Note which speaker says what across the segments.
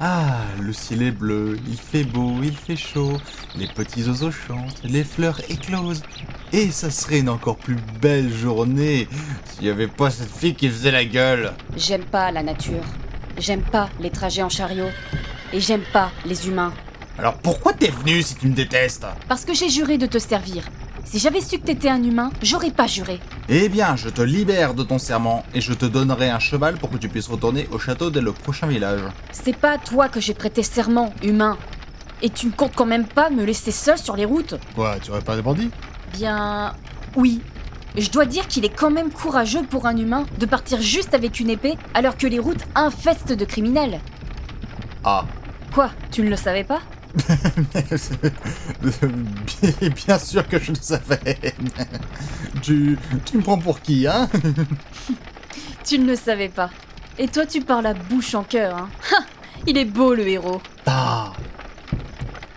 Speaker 1: Ah, le ciel est bleu, il fait beau, il fait chaud, les petits oiseaux chantent, les fleurs éclosent. Et ça serait une encore plus belle journée s'il n'y avait pas cette fille qui faisait la gueule.
Speaker 2: J'aime pas la nature. J'aime pas les trajets en chariot. Et j'aime pas les humains.
Speaker 1: Alors pourquoi t'es venu si tu me détestes
Speaker 2: Parce que j'ai juré de te servir. Si j'avais su que t'étais un humain, j'aurais pas juré.
Speaker 1: Eh bien, je te libère de ton serment et je te donnerai un cheval pour que tu puisses retourner au château dès le prochain village.
Speaker 2: C'est pas à toi que j'ai prêté serment, humain. Et tu ne comptes quand même pas me laisser seul sur les routes
Speaker 3: Quoi, tu aurais pas des bandits
Speaker 2: Bien. Oui. Je dois dire qu'il est quand même courageux pour un humain de partir juste avec une épée alors que les routes infestent de criminels.
Speaker 1: Ah.
Speaker 2: Quoi Tu ne le savais pas
Speaker 1: Bien- bien sûr que je le savais. Tu, tu me prends pour qui, hein
Speaker 2: Tu ne le savais pas. Et toi, tu parles à bouche en cœur, hein Ha Il est beau le héros.
Speaker 1: Ah.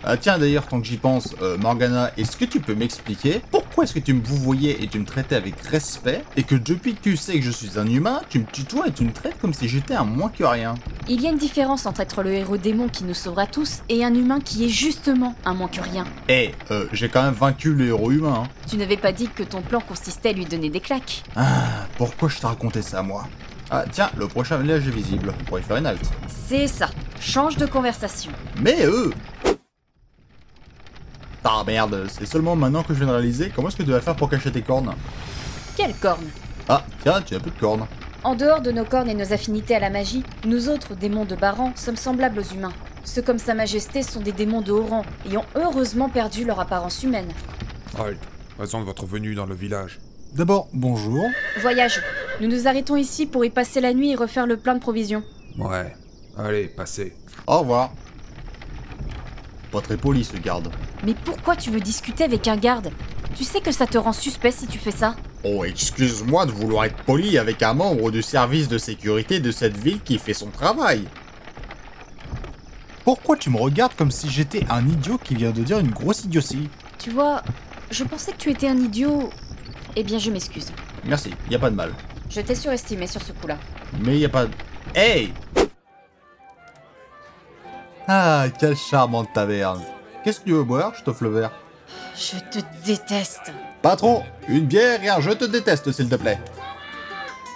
Speaker 1: Ah, tiens d'ailleurs, tant que j'y pense, euh, Morgana, est-ce que tu peux m'expliquer pourquoi est-ce que tu me vouvoyais et tu me traitais avec respect et que depuis que tu sais que je suis un humain, tu me tutoies et tu me traites comme si j'étais un moins que rien
Speaker 2: Il y a une différence entre être le héros démon qui nous sauvera tous et un humain qui est justement un moins que rien.
Speaker 1: Eh, euh, j'ai quand même vaincu le héros humain. hein.
Speaker 2: Tu n'avais pas dit que ton plan consistait à lui donner des claques.
Speaker 1: Ah, pourquoi je t'ai raconté ça, moi Ah, tiens, le prochain village est visible. On pourrait faire une halte.
Speaker 2: C'est ça. Change de conversation.
Speaker 1: Mais eux Ah merde, c'est seulement maintenant que je viens de réaliser comment est-ce que tu vas faire pour cacher tes cornes.
Speaker 2: Quelle corne
Speaker 1: Ah, tiens, tu n'as plus de cornes.
Speaker 2: En dehors de nos cornes et nos affinités à la magie, nous autres démons de Baran sommes semblables aux humains. Ceux comme Sa Majesté sont des démons de haut rang et ont heureusement perdu leur apparence humaine.
Speaker 4: Halt, raison de votre venue dans le village.
Speaker 3: D'abord, bonjour.
Speaker 2: Voyage. Nous nous arrêtons ici pour y passer la nuit et refaire le plein de provisions.
Speaker 4: Ouais. Allez, passez.
Speaker 1: Au revoir. Pas très poli ce garde.
Speaker 2: Mais pourquoi tu veux discuter avec un garde Tu sais que ça te rend suspect si tu fais ça.
Speaker 1: Oh, excuse-moi de vouloir être poli avec un membre du service de sécurité de cette ville qui fait son travail.
Speaker 3: Pourquoi tu me regardes comme si j'étais un idiot qui vient de dire une grosse idiotie
Speaker 2: Tu vois, je pensais que tu étais un idiot. Eh bien, je m'excuse.
Speaker 1: Merci, y a pas de mal.
Speaker 2: Je t'ai surestimé sur ce coup-là.
Speaker 1: Mais y a pas de... Hey Ah, quelle charmante taverne. Qu'est-ce que tu veux boire Je t'offre le verre.
Speaker 2: Je te déteste.
Speaker 1: Pas trop Une bière et un je te déteste, s'il te plaît.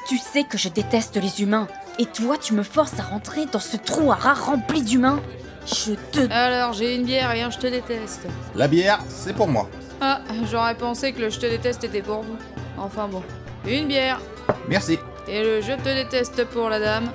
Speaker 2: Tu sais que je déteste les humains. Et toi, tu me forces à rentrer dans ce trou à rats rempli d'humains. Je te...
Speaker 5: Alors, j'ai une bière et un je te déteste.
Speaker 1: La bière, c'est pour moi.
Speaker 5: Ah, j'aurais pensé que le je te déteste était pour vous. Enfin bon. Une bière
Speaker 1: Merci.
Speaker 5: et le je te déteste pour la dame.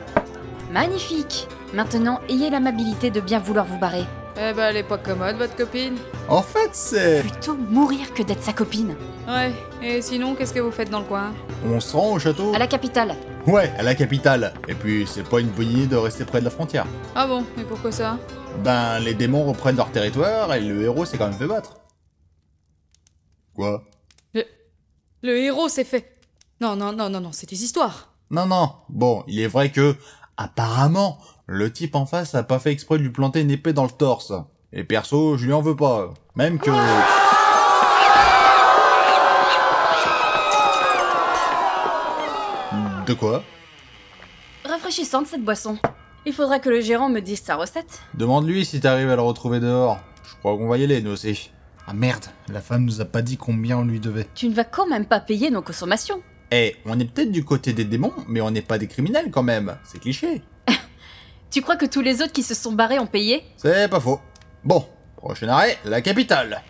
Speaker 2: Magnifique. Maintenant, ayez l'amabilité de bien vouloir vous barrer.
Speaker 5: Eh ben, elle est pas commode, votre copine.
Speaker 1: En fait, c'est...
Speaker 2: Plutôt mourir que d'être sa copine.
Speaker 5: Ouais, et sinon, qu'est-ce que vous faites dans le coin
Speaker 1: On se rend au château
Speaker 2: À la capitale.
Speaker 1: Ouais, à la capitale. Et puis, c'est pas une bonne idée de rester près de la frontière.
Speaker 5: Ah bon, mais pourquoi ça
Speaker 1: Ben, les démons reprennent leur territoire et le héros s'est quand même fait battre. Quoi
Speaker 5: Le héros s'est fait. Non, non, non, non, non, c'est des histoires.
Speaker 1: Non, non. Bon, il est vrai que, apparemment, le type en face a pas fait exprès de lui planter une épée dans le torse. Et perso, je lui en veux pas. Même que... De quoi
Speaker 2: Rafraîchissante cette boisson. Il faudra que le gérant me dise sa recette.
Speaker 1: Demande-lui si t'arrives à le retrouver dehors. Je crois qu'on va y aller, nous aussi.
Speaker 3: Ah merde, la femme nous a pas dit combien on lui devait.
Speaker 2: Tu ne vas quand même pas payer nos consommations.
Speaker 1: Eh, on est peut-être du côté des démons, mais on n'est pas des criminels quand même. C'est cliché.
Speaker 2: Tu crois que tous les autres qui se sont barrés ont payé
Speaker 1: C'est pas faux. Bon, prochain arrêt, la capitale.